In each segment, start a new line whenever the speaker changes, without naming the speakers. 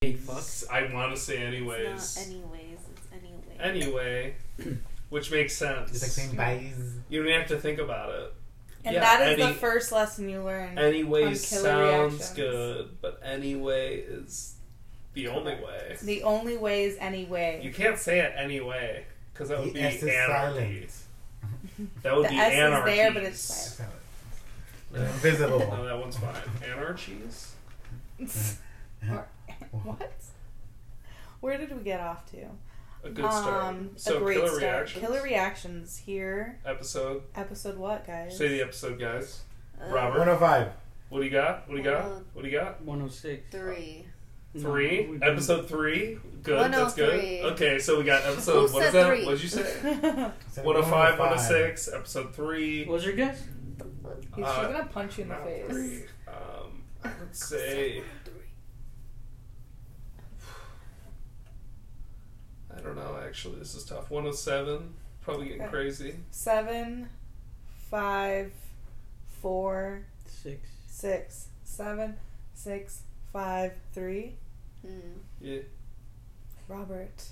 Hey, fuck.
I want to say
It's not
anyways.
anyways, it's anyway.
Anyway, which makes sense.
It's like saying bye.
You don't have to think about it.
And
Yeah,
that is
any-
the first lesson you learn.
Anyway
On killer
sounds
reactions.
good, but anyway is the only way.
the only way is any way.
You can't say it anyway because that would
The
be
S is
anarchy.
silent.
That would
The
be
S is
anarchy.
there, but it's silent.
Silent.
No. No,
Invisible.
that one's fine. Anarchies.
Or- what? Where did we get off to?
A good start.
Um,
so
a great
killer
start.
reactions.
Killer reactions here.
episode.
Episode what, guys?
Say the episode, guys.
Uh,
Robert.
105.
What do you got? What do you got?
Uh,
What do you got?
106.
uh,
Three.
No,
Three.
we've been-
episode three. Good. That's
oh
good.
103.
Okay, so we got
Who
episode. What is
said
that?
three?
What'd you say?
Said
105, 106, episode three.
What was your guess?
He's
Uh,
gonna punch you in the
Not
face.
three. Um, I would say. I don't know. Actually, this is tough. 107. Probably getting
Okay.
crazy.
Seven, five, four,
Six.
six, seven, six, five, three.
Mm.
Yeah.
Robert.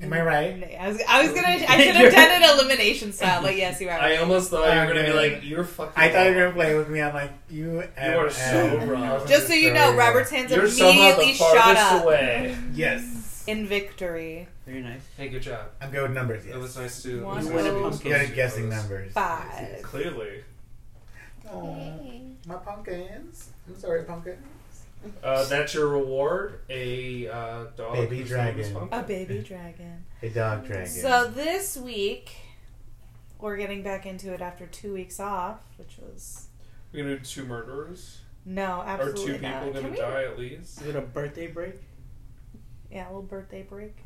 Am I right?
I was, I was gonna. I should have done it elimination style, but yes, you are.
I
Right.
almost thought you were gonna be
Okay.
like, "You're fucking."
I thought you were
wrong."
gonna play with me. I'm like, you.
You are so wrong.
Just so you know, Robert's hands
You're somehow the
immediately shot
farthest
up
away.
Yes.
in victory.
Very nice.
Hey, good job.
I'm good with numbers. Yes.
It was nice to. it
One oh
was
You
nice
win
to
a
do
pumpkin.
this.
Good at guessing numbers.
Five.
Clearly,
Aw, my pumpkins. I'm sorry, pumpkins.
uh, that's your reward. A uh, dog.
Baby
whose name is
dragon.
Pumpkin.
A baby dragon.
A dog dragon.
So this week, we're getting back into it after two weeks off, which was
We're gonna do two murderers.
no,
Are two
absolutely
people
not.
gonna
Can we-
die at least?
Is it a birthday break?
Yeah, a little birthday break.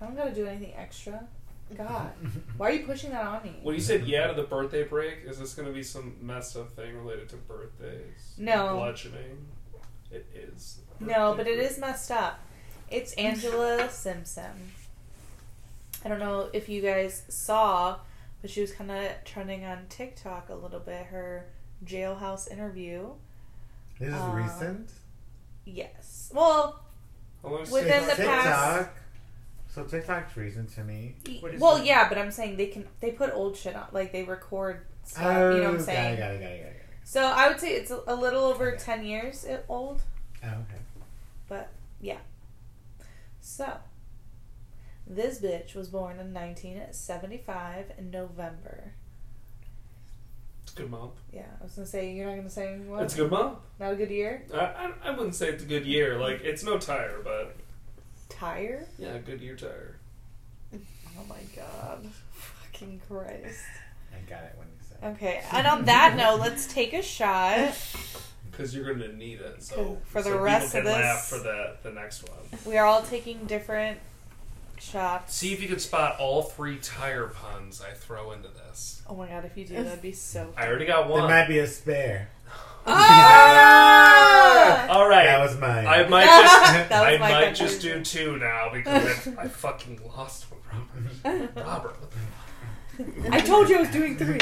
I don't gotta do anything extra. God, why are you pushing that on me?
When you said yeah to the birthday break, is this going to be some messed up thing related to birthdays?
No.
Bludgeoning? It is. a
No, but
birthday
it is messed up. It's Angela Simpson. I don't know if you guys saw, but she was kind of trending on TikTok a little bit. Her jailhouse interview.
this is
uh,
recent.
Yes. Well,
break. How long is
within
TikTok?
the past-
TikTok. So TikTok's recent to me.
y-
What is
well,
that?
yeah, but I'm saying they can they put old shit on, like they record stuff. uh, you know what I'm
Oh, got
saying?
it, got it, got it, got it,
So I would say it's a, a little over
Okay.
ten years i- old.
got it. Oh, okay.
So, this bitch was born in 1975 in November.
It's a good month.
Yeah, I was gonna say you're not gonna say what?
It's a good month.
Not a good year.
I, I, I wouldn't say it's a good year. Like, it's no tire, but
Tire.
yeah, good year tire.
Oh my god. Fucking Christ.
I got it when you said.
Okay, and on that note, let's take a shot.
Because you're going to need it. So
For
so
the
people
rest
can
of this-
laugh for the, the next one.
We are all taking different shots.
See if you can spot all three tire puns I throw into this.
Oh my god, if you do, that'd be so.
I already got
There
one.
might be a spare.
Ah!
all right.
That was mine.
I might just,
That was
I
my
might just do
conclusion.
two now because I, I fucking lost one, Robert. Robert, what the
I told you I was doing three.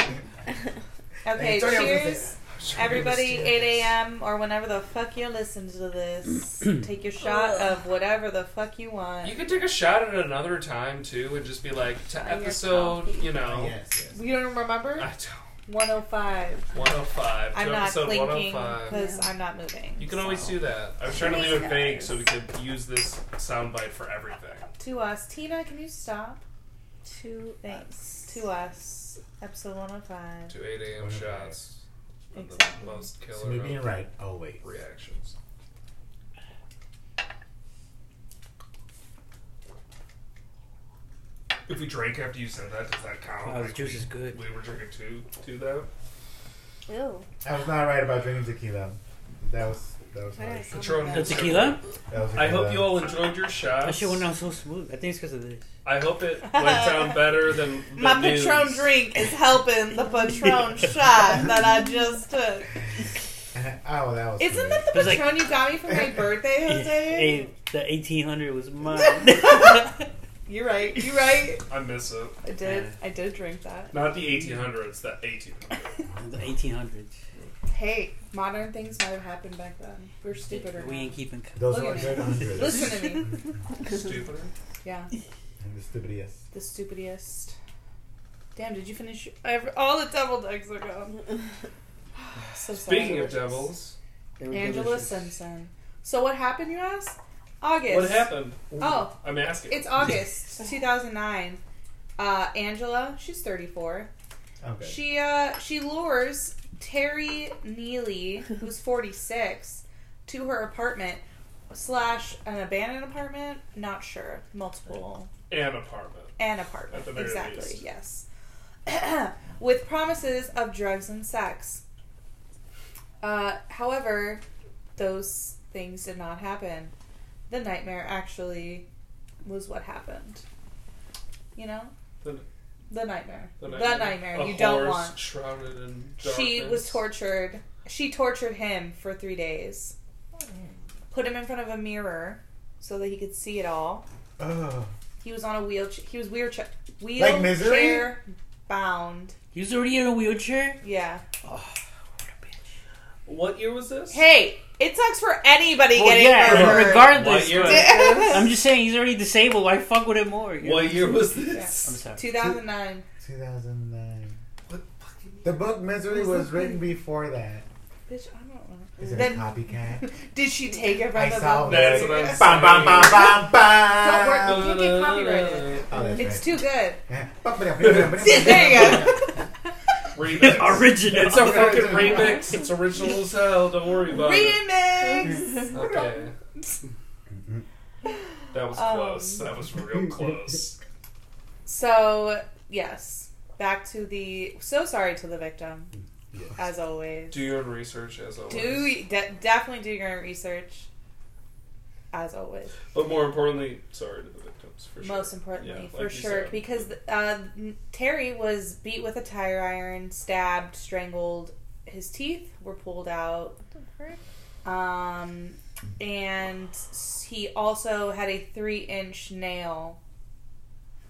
Okay,
Sorry, I was gonna
cheers.
say-
Everybody, 8 a.m. or whenever the fuck you listen to this, take your shot of whatever the fuck you
You
want.
could take a shot at another time too, and just be like to
Buy your
episode,
coffee.
you know,
oh, Yes, yes.
You don't
I
remember?
don't,
105.
105 to
I'm not
episode
blinking
105.
because
Yeah.
I'm not moving.
You can
so.
always do that. I was trying to leave it vague so we could use this soundbite for everything.
To us, Tina, can you stop?
Two
Thanks. To us, episode 105.
To 8 a.m. shots, and the
Exactly.
most
So
killer
me being
of
right always.
reactions. If we drank after you said that, does that count?
Wow, this
Like,
juice
we-
is good.
We were drinking two, two though.
Ew.
I was not right about drinking tequila. That was that was
Why did I
nice.
sound
Patron.
like
The
that?
tequila?
That was
I hope
tequila.
you all enjoyed your shots.
That shit went down so smooth. I think it's because of this.
I hope it went down better than the
My
news.
Patron drink is helping the Patron shot that I just took.
oh, that was.
Isn't
good.
that the
It was like-
Patron you got me for my birthday, Jose?
Eight- the 1800 was mine.
You're right. You're right.
I miss it.
I did. I did drink that.
Not the 1800s, the 1800s.
the 1800s.
Hey, modern things might have happened back then. We're stupider.
We
now.
ain't keeping. co-
Those
Look
are
at
like
me.
right hundred.
Listen to me.
Stupider.
Yeah,
And the stupidest.
the stupidest. Damn, did you finish your- every, all the devil decks are gone? So sorry.
Speaking of devils,
They were
Angela
delicious.
Simpson. So what happened, you ask? August.
what happened?
Oh,
I'm asking.
it's August 2009. Uh, Angela, she's 34.
Okay.
She uh she lures Terry Neely, who's 46, to her apartment slash an abandoned apartment. Not sure. Multiple
An apartment.
an apartment.
At the very
exactly.
least.
Yes. With promises of drugs and sex. Uh, however, those things did not happen. The nightmare actually was what happened. You know,
The,
the nightmare.
the
The
nightmare.
nightmare,
A
you don't
horse
want.
Shrouded in darkness.
She was tortured. She tortured him for three days. Put him in front of a mirror so that he could see it all.
Ugh.
He was on a wheelchair. He was wheelchair wheelchair
Like Misery?
bound.
He was already in a wheelchair.
Yeah.
What year was this?
Hey, it sucks for anybody
Well,
getting
yeah,
murdered.
regardless.
What year was
but-
this?
I'm just saying he's already disabled. Why fuck with it more? You know?
What year was
Yeah. I'm
I'm
this?
sorry.
2009.
2009.
What fucking
The book Misery
Who's
was
that?
written before that.
Bitch, I don't know.
Is it
Then-
a copycat?
Did she take it from
I
the
saw
book?
That's
that.
what I'm
Bam, bam, bam,
Don't work.
bam, bam.
You can't get copyrighted.
Oh, that's
It's
right.
too good.
there
There
you go.
Remix.
Original.
It's a fucking remix. It's original as hell. Don't worry about it.
Remix.
Okay. That was
Um.
close. That was real close.
So yes, back to the. So sorry to the victim, as always.
Do your own research as always.
Do de- definitely do your own research, as always.
But more importantly, sorry to the victims for sure.
Most importantly,
Yeah,
for
like you
sure,
said.
because uh, Terry was beat with a tire iron, stabbed, strangled. His teeth were pulled out, um, and he also had a three-inch nail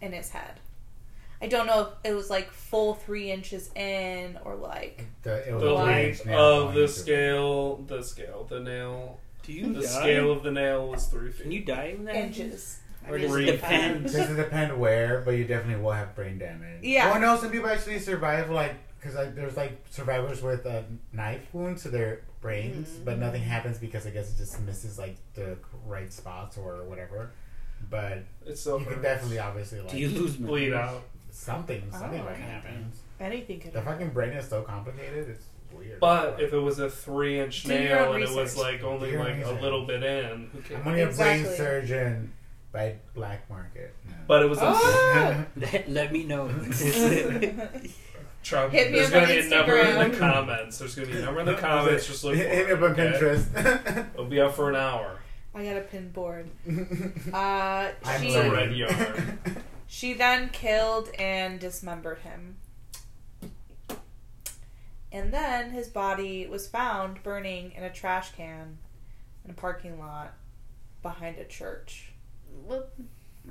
in his head. I don't know if it was like full three inches in or like
The, it was
The
a
Why?
length
range now
of
on
the
YouTube.
scale, the scale, the nail,
Do you
the
die?
scale of the nail was three feet.
Can you die in that?
inches.
Or does it
Three.
depend?
Does it depend where, but you definitely will have brain damage.
Yeah.
Well, no, some people actually survive, like, because like, there's, like, survivors with a knife wound to their brains,
Mm.
but nothing happens because I guess it just misses, like, the right spots or whatever. But
It's so
you can
hard.
definitely, obviously,
Do you
like,
lose
bleed out.
something, something
Oh.
like happens.
Anything could
The fucking brain is so complicated, it's weird.
But if it was a three inch
Do your
nail
own
and it was
research.
like only
Do your own
like a
research.
little bit in, who
I'm
cares?
only a brain
Exactly.
surgeon by black market. No.
But it was a
Oh!
Let, let me know.
Trump.
Hit me
There's
up on
gonna be a number in the
Instagram.
comments. There's gonna be a number in the comments. Just look.
Hit-
for
hit me
it,
up on
okay?
Pinterest.
It'll be up for an hour.
I got a pin board. Uh,
I'm
she
It's a
learning.
red yarn.
She then killed and dismembered him. And then his body was found burning in a trash can in a parking lot behind a church.
Whoop.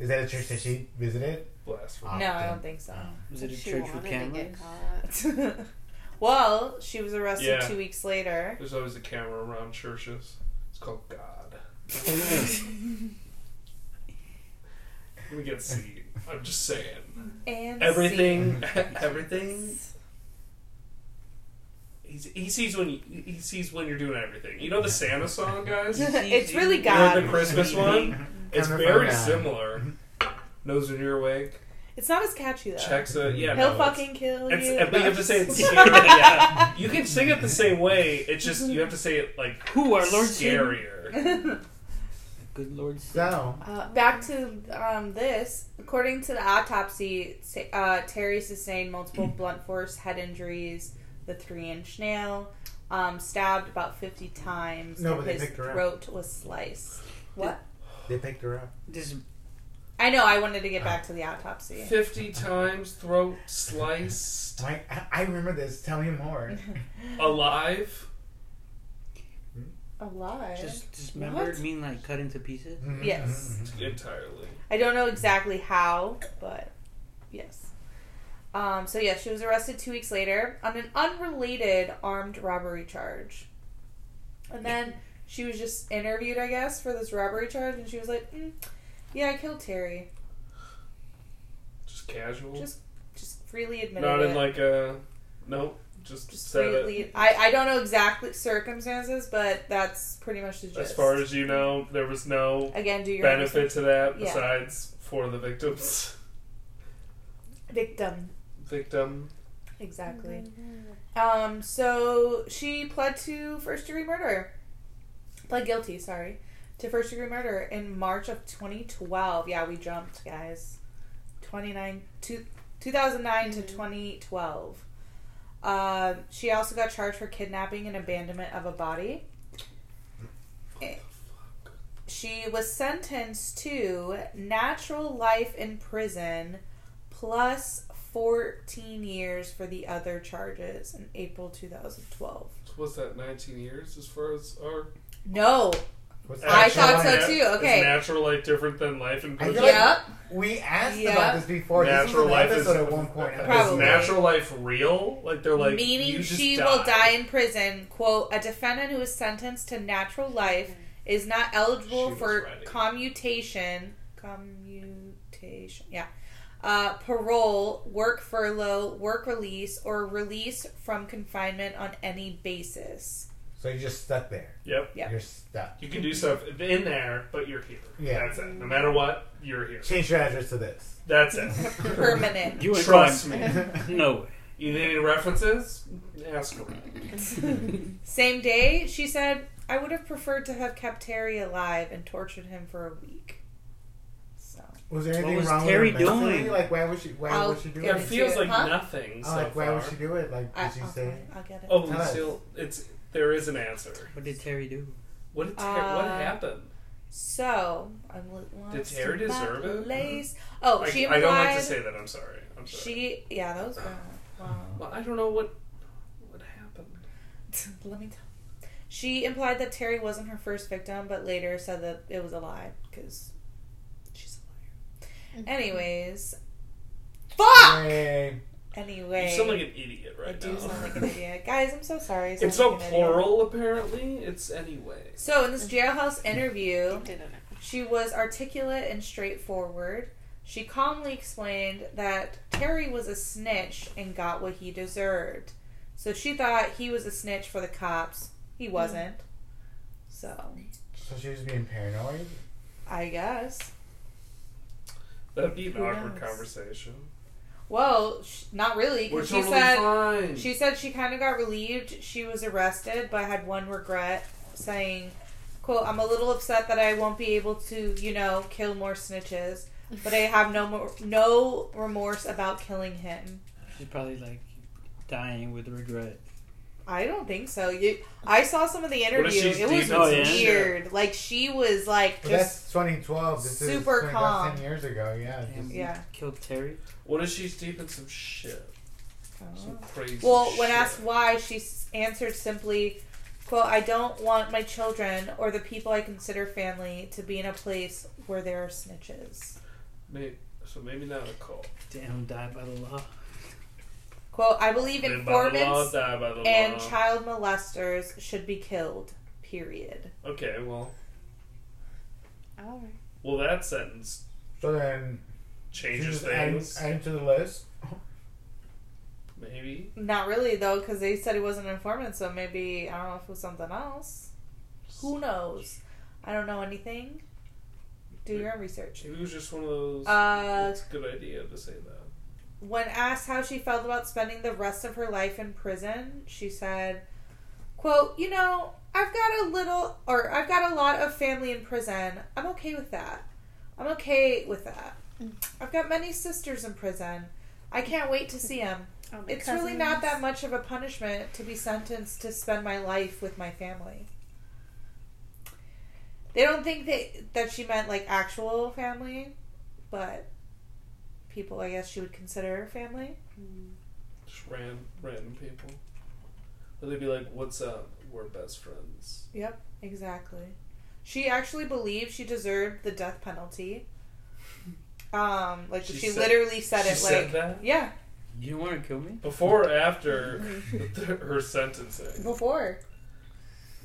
Is that a church that she visited?
Blasphemy.
Oh,
no, I
damn.
don't think so.
Was it a
She
church
wanted
with
to
cameras?
get caught.
Ah.
well, she was arrested
Yeah.
two weeks later.
There's always a camera around churches. It's called God. We get C. I'm just saying.
And
Everything. Everything. He's, he sees when you, he sees when you're doing everything. You know the Santa song, guys. You
It's really
know
God.
the Christmas one. It's
Coming
very
from God.
similar.
Mm-hmm.
Knows when you're awake.
It's not as catchy though.
Checks a yeah. no,
He'll
it's-
fucking kill
It's,
you.
and- but you have to say it scary.
Yeah.
You can sing it the same way. It's just you have to say it like
Who our Lord Savior?
scarier.
Good Lord.
So,
Uh, back to um, this. According to the autopsy, sa- uh, Terry sustained multiple blunt force head injuries, the three inch nail, um, stabbed about 50 times,
No,
and
but they
his
picked her up.
throat was sliced. What?
they picked her up.
This
I know, I wanted to get back to the autopsy.
Fifty times throat sliced,
Like, I, I remember this. Tell me more.
alive.
Alive?
just dismembered
What?
mean like cut into pieces?
Mm-hmm.
Yes.
Entirely.
I don't know exactly how, but yes. Um, so yeah, she was arrested two weeks later on an unrelated armed robbery charge. And then she was just interviewed, I guess, for this robbery charge, and she was like, mm, "Yeah, I killed Terry."
Just casual.
Just, just freely admitted
Not
it.
in like a. Nope. Just,
just
said it.
freely. I I don't know exactly circumstances, but that's pretty much the gist.
As far as you know, there was no
again, do your own
benefit to that
Yeah.
besides for the victims.
research. victim
Victim.
exactly. Um, so she pled to first degree murder. Pled guilty, sorry, to first degree murder in March of 2012. Yeah, we jumped, guys. 29, two, 2009 to 2012. Um, she also got charged for kidnapping and abandonment of a body. Eh, She was sentenced to natural life in prison plus 14 years for the other charges in April 2012.
Was that 19 years as far as our.
No.
What's
I
actual
thought so
life?
too,
Is
okay.
natural life different than life in
I feel
prison?
like-
Yep.
We asked
Yeah.
about this before.
natural life
this was
is
an episode at one point.
Is
Probably.
natural life real? Like they're like
Meaning
you just
she
die.
will die in prison. Quote, a defendant who is sentenced to natural life is not eligible
She was
for
ready.
commutation. Commutation. Yeah. Uh, parole, work furlough, work release, or release from confinement on any basis.
So you're just stuck there.
Yep.
Yeah.
You're stuck.
You can do stuff in there, but you're here.
Yeah.
That's it. No matter what, you're here.
Change your address to this.
That's it.
Permanent.
You ain't
Trust
going-
me.
No way.
You need any references? Ask around.
Same day, she said, I would have preferred to have kept Terry alive and tortured him for a week. So.
Was there anything
was
wrong
Terry
with her mentally?
doing?
Like, why would she? Why
I'll
would she do
get
It
it?
it.
feels like
Huh?
nothing
Oh,
so
like, why
far.
would she do it? Like, did
I,
she
I'll,
say?
I'll get it.
Oh, we
Tell us.
still it's there is an answer.
What did Terry do?
What did Ter- what
Uh,
happened?
So I'm lo-
Did
lost
Terry
in my
deserve it?
place. Oh,
I,
she
I
implied.
don't like to say that. I'm sorry. I'm sorry.
She yeah, that was wrong. Wow.
Well, I don't know what what happened.
Let me tell. you. She implied that Terry wasn't her first victim, but later said that it was a lie because she's a liar. Anyways, fuck.
Yay.
Anyway,
You sound like an idiot
I
right
do
now.
sound like an idiot, guys. I'm so sorry. I sound
It's not
like an idiot.
plural apparently. It's anyway.
So in this jailhouse interview,
Didn't know.
She was articulate and straightforward. She calmly explained that Terry was a snitch and got what he deserved. So she thought he was a snitch for the cops. He wasn't. So,
So she was being paranoid.
I guess.
That'd be an
Who
awkward
knows?
conversation.
Well, sh- not really.
We're
'cause
totally
she said
fine.
she said she kind of got relieved she was arrested, but had one regret, saying, "quote I'm a little upset that I won't be able to, you know, kill more snitches, but I have no more, no remorse about killing him."
She's probably like dying with regret.
I don't think so. You, I saw some of the
if
interview.
she's
It was
deep in
some shit?
weird. Like she was like
But
just
that's 2012. This is
super
20
calm.
Ten years ago. Yeah.
Damn,
just-
Yeah.
Killed Terry.
What if she's deep in some shit? Some crazy
Oh. well. When
shit.
asked why, she s- answered simply, "quote I don't want my children or the people I consider family to be in a place where there are snitches."
May so maybe not a cult.
Damn, die by the law.
"Quote I believe
Live by the law,
informants
die by the
and
law.
child molesters should be killed." Period.
Okay, well,
All right.
well, that sentence
So then she
changes
just add,
things.
add to the list.
maybe
Not really though, because they said he wasn't an informant. So maybe I don't know if it was something else. Who knows? I don't know anything. Do your own research.
maybe it was just one of those.
Uh,
it's a good idea to say that.
When asked how she felt about spending the rest of her life in prison, she said, "Quote, you know, I've got a little or I've got a lot of family in prison. I'm okay with that. I'm okay with that. I've got many sisters in prison. I can't wait to see them.
Oh, my
It's really
cousins.
not that much of a punishment to be sentenced to spend my life with my family. They don't think that that she meant like actual family, but people I guess she would consider family.
Mm.
Just ran, random people. Or they'd be like, "What's up? We're best friends."
Yep, exactly. She actually believed she deserved the death penalty. Um, like
She
she,
said-
literally said
she
it
said
like
that?
yeah.
You don't want to kill me?
Before or after her sentencing?
Before.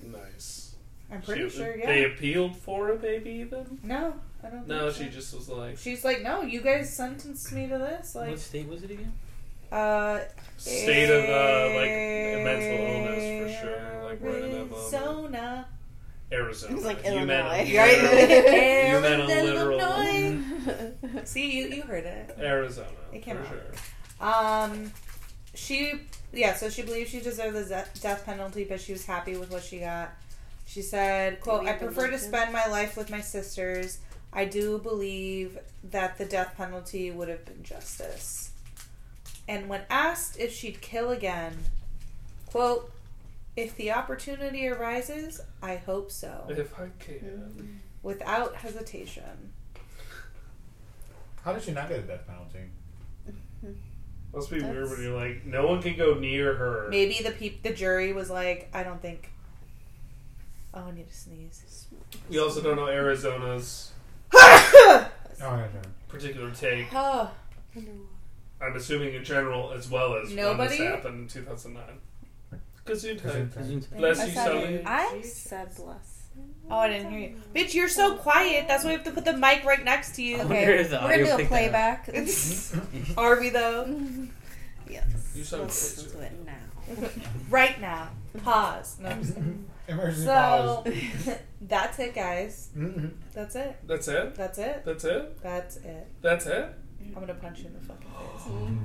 Nice.
I'm pretty
She-
sure, yeah.
They appealed for it, maybe even?
No, I don't think
No,
so.
she just was like,
She's like, no, you guys sentenced me to this. Like,
what state was it again?
uh,
state of, uh, like, mental illness for sure. Like, right in that moment.
Arizona.
Arizona.
It's like
You meant
Illinois.
literal- You meant a literal-
Illinois.
That's
See, you, you heard it.
Arizona.
It came
for
out.
sure.
Um, she, yeah, so she believes she deserved the ze- death penalty, but she was happy with what she got. She said, quote,
Read
I
the
prefer to
motion.
spend my life with my sisters. I do believe that the death penalty would have been justice. And when asked if she'd kill again, quote, if the opportunity arises, I hope so.
If I
Mm.
can.
Without hesitation.
How did you not get a death penalty?
Must be weird
That's-
when you're like, no one can go near her.
Maybe the peop- the jury was like, I don't think. Oh, I need to sneeze.
We also don't know Arizona's
Oh, no, no.
particular take.
Oh,
I'm assuming in general as well as when
Nobody?
this happened in 2009. Gesundheit.
Gesundheit.
Bless you,
I said
Sally.
it. I said bless.
oh, I didn't hear you, bitch. You're so quiet. That's why we have to put the mic right next to you.
I
Okay.
wonder if the
We're gonna
audio
do a
picked that up.
playback. yes.
Are we though?
Hmm? You
Let's
sound
listen
closer.
to it now.
Right now. Pause. No. I'm just kidding.
Emergency
So
pause.
that's it, guys.
Mm-mm.
That's it.
That's it?
That's it.
That's it?
That's it.
That's it?
I'm gonna punch you in the fucking face.
Mm.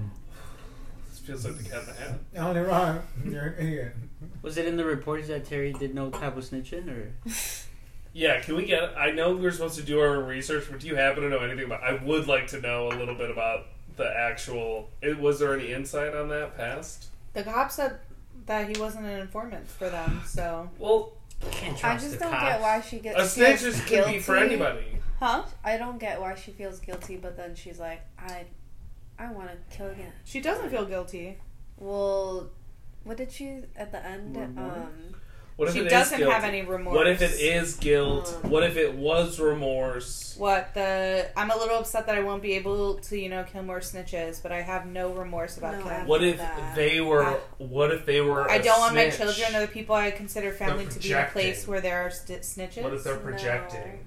This feels like the cat in the hat.
Oh, they're wrong. You're an idiot.
Was it in the reports that Terry did no type of snitching or?
Yeah, can we get. I know we were supposed to do our research, but do you happen to know anything about. I would like to know a little bit about the actual. It, was there any insight on that past?
The cop said that he wasn't an informant for them. So,
Well,
Can't
I
trust
just
the
don't
cops.
get why she gets
a snitch is
feels
can be for
guilty.
anybody.
huh?
I don't get why she feels guilty, but then she's like, I, I want to kill again.
She doesn't feel guilty.
Well, what did she at the end?
Remember?
Um,
What if
she
it is
doesn't have
guilty?
any remorse. Uh.
What if it is guilt?
Um,
What if it was remorse?
What the? I'm a little upset that I won't be able to, you know, kill more snitches, but I have no remorse about
No,
killing.
What if
that.
they were? What if they were?
I
a
don't want my
snitch?
children or the people I consider family
They're
to be in a place
projecting.
where there are st- snitches.
What if they're
No.
projecting?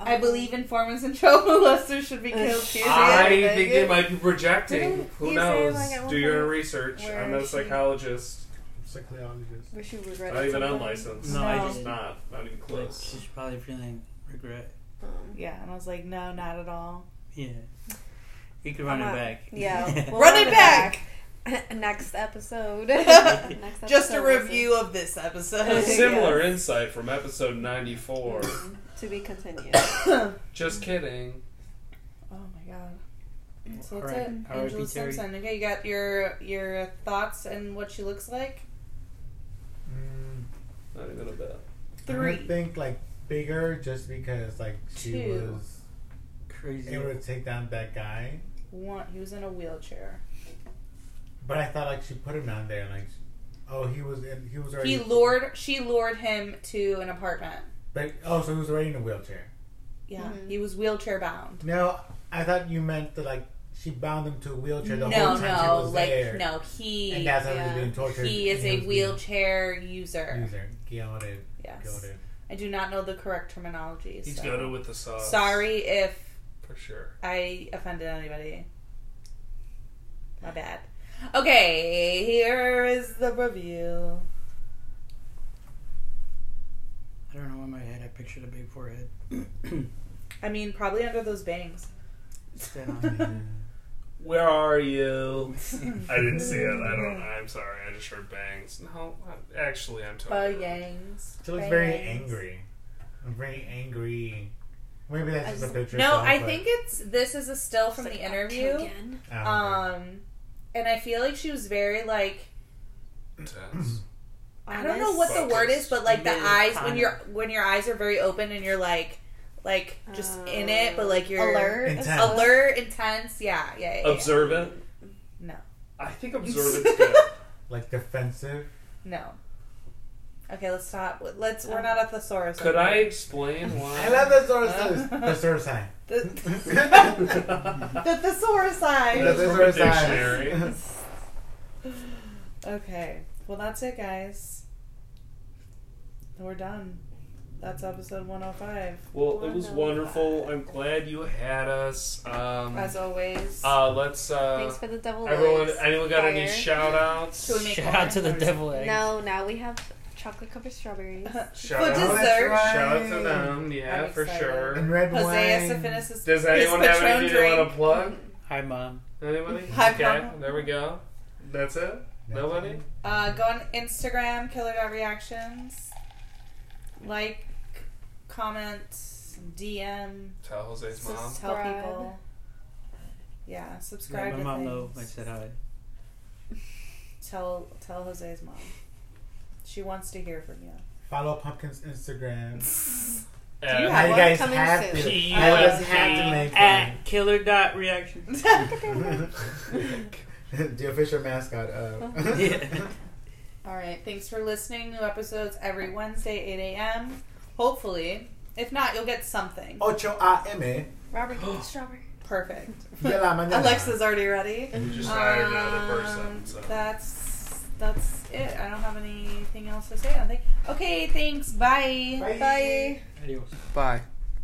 I
um,
believe informants and child molesters should be killed too.
I
Yeah,
think
they
they might be projecting.
Didn't
Who
you
knows?
say, like, at one
Do your own
point
research.
where
I'm not a
she-
psychologist.
Psychologist.
Where she regretted
Not even
something.
unlicensed.
No, I
No.
just
It's not. Not even
Like,
close.
she's probably feeling regret.
Um,
Yeah, and I was like, no, not at all.
Yeah. We could run
I'm
it
not-
back.
yeah, we'll
Run it back.
Next episode. Next
Just a
episode, we'll see.
review of this
A
episode.
Similar insight from episode 94.
to be continued.
Just kidding.
Oh my god. So
All
that's
right.
it.
All right,
Angela
Pete Terry.
Simpson. Okay, you got your your thoughts and what she looks like.
Mm,
Not even a bit.
I
Three.
would think like bigger, just because like she
Two.
was
Crazy.
able to take down that guy.
One. He was in a wheelchair.
But I thought like she put him down there, and like, oh, he was in, he was already.
He lured. She lured him to an apartment.
But oh, so he was already in a wheelchair.
Yeah.
Mhm.
He was wheelchair bound.
No, I thought you meant that like she bound him to a wheelchair the
no,
whole time she
no,
was
like
there.
no. He.
And that's how he
yeah.
was being tortured.
He is
and
a
was being
wheelchair user.
User. Gilded.
Yes.
Gilded.
I do not know the correct terminology.
He's
so.
got it with the sauce.
Sorry if
For sure.
I offended anybody. My bad. Okay, here is the review.
I don't know in my head I pictured a big forehead.
I mean, probably under those bangs.
Instead on
Where are you? I didn't see it. I don't. I'm sorry. I just heard bangs. No, I- actually, I'm totally. wrong.
Bangs.
She looks very
Bangs.
angry. I'm very angry. Maybe that's
I
just,
just-
a picture.
No,
itself,
I
but-
think it's this is a still from the interview.
I don't know.
Um, and I feel like she was very like
Intense.
I don't know what the
Focused.
word is, but like the
Very
eyes when
kind.
your when your eyes are very open and you're like like just in it, but like you're
alert,
Intense.
as well.
alert, intense. Yeah, yeah. yeah, yeah.
Observant.
No.
I think observant's good.
like defensive.
No. Okay, let's stop. Let's. We're not at thesaurus.
Could I explain why?
I love the sources. the source sign.
The,
the
the thesaurus sign.
That's
That's
from
our
a dictionary.
sign.
okay. Well, that's it, guys. We're done. That's episode 105.
Well, it was wonderful. I'm glad you had us. Um,
As always,
uh, let's. Uh,
Thanks for the double.
everyone,
legs.
anyone got any
Fire.
shout outs?
Should we make
Shout out to the
more?
devil eggs.
No, now we have chocolate covered strawberries.
Uh-huh.
Shout
For
out.
Oh, that's
dessert.
right.
Shout out to them, yeah,
I'm
for
excited.
And
sure.
red
Hosea
wine.
Stephanus is
Does anyone
his
have
Patron
anything they
drink.
want to plug?
Hi, mom.
Anybody?
Hi,
okay,
Mom.
there we go. That's it. Nobody.
Uh, go on Instagram, killer.reactions. Like, comment, DM,
Tell Jose's mom.
tell
Subscribe.
people. Yeah, subscribe
Let my
to
mom
things.
know I said hi.
Tell tell Jose's mom. She wants to hear from you.
Follow Pumpkin's Instagram.
Uh,
you
Now you
one
guys
coming
have
soon.
to.
P-
Now you guys
P-
have to make them.
At killer dot reaction.
the official mascot of.
Yeah.
All right. Thanks for listening. New episodes every Wednesday, 8 a.m. Hopefully. If not, you'll get something.
Oh,
Ocho AM
Robert, eat strawberry.
Perfect.
de la mañana.
Alexa's already ready.
you just hired another
Um,
person. So.
That's that's it. I don't have anything else to say. I don't think. Okay. Thanks. Bye.
Bye.
Bye.
Adios.
Bye.